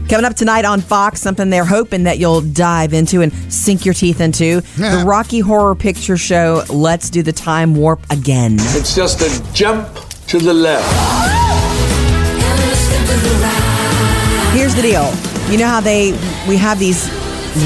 S2: Coming up tonight on Fox, something they're hoping that you'll dive into and sink your teeth into the Rocky Horror Picture Show. Let's do the time warp again.
S10: It's just a jump to the left.
S2: Here's the deal. You know how they we have these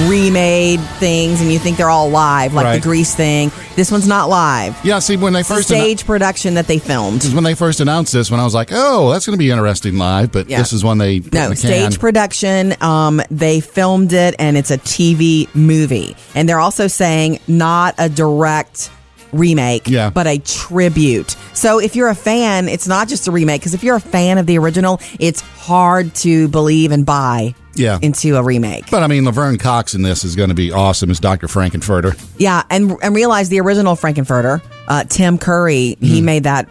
S2: remade things and you think they're all live, like
S1: Right.
S2: the Grease thing. This one's not live.
S1: Yeah, see when they
S2: It's a
S1: first
S2: stage production that they filmed.
S1: When they first announced this, when I was like, "Oh, that's going to be interesting live," but
S2: Yeah.
S1: this is one they put in
S2: No,
S1: the
S2: stage
S1: can.
S2: production. Um, they filmed it, and it's a TV movie. And they're also saying not a direct remake,
S1: Yeah.
S2: but a tribute. So if you're a fan, it's not just a remake. Because if you're a fan of the original, it's hard to believe and buy.
S1: yeah,
S2: into a remake.
S1: But I mean, Laverne Cox in this is going to be awesome as Dr. Frankenfurter.
S2: Yeah, and and realize the original Frankenfurter, uh, Tim Curry, he
S1: Hmm.
S2: made that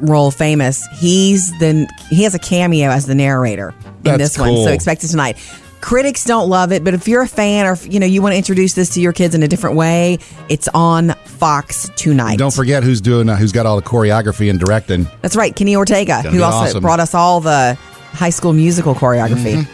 S2: role famous. He's the he has a cameo as the narrator
S1: That's
S2: in this
S1: cool.
S2: one, so expect it tonight. Critics don't love it, but if you're a fan or if, you know you want to introduce this to your kids in a different way, it's on Fox tonight.
S1: Don't forget who's doing, uh, who's got all the choreography and directing.
S2: That's right, Kenny Ortega,
S1: Gonna
S2: who
S1: be
S2: also
S1: awesome. Mm-hmm.
S2: brought us all the High School Musical choreography.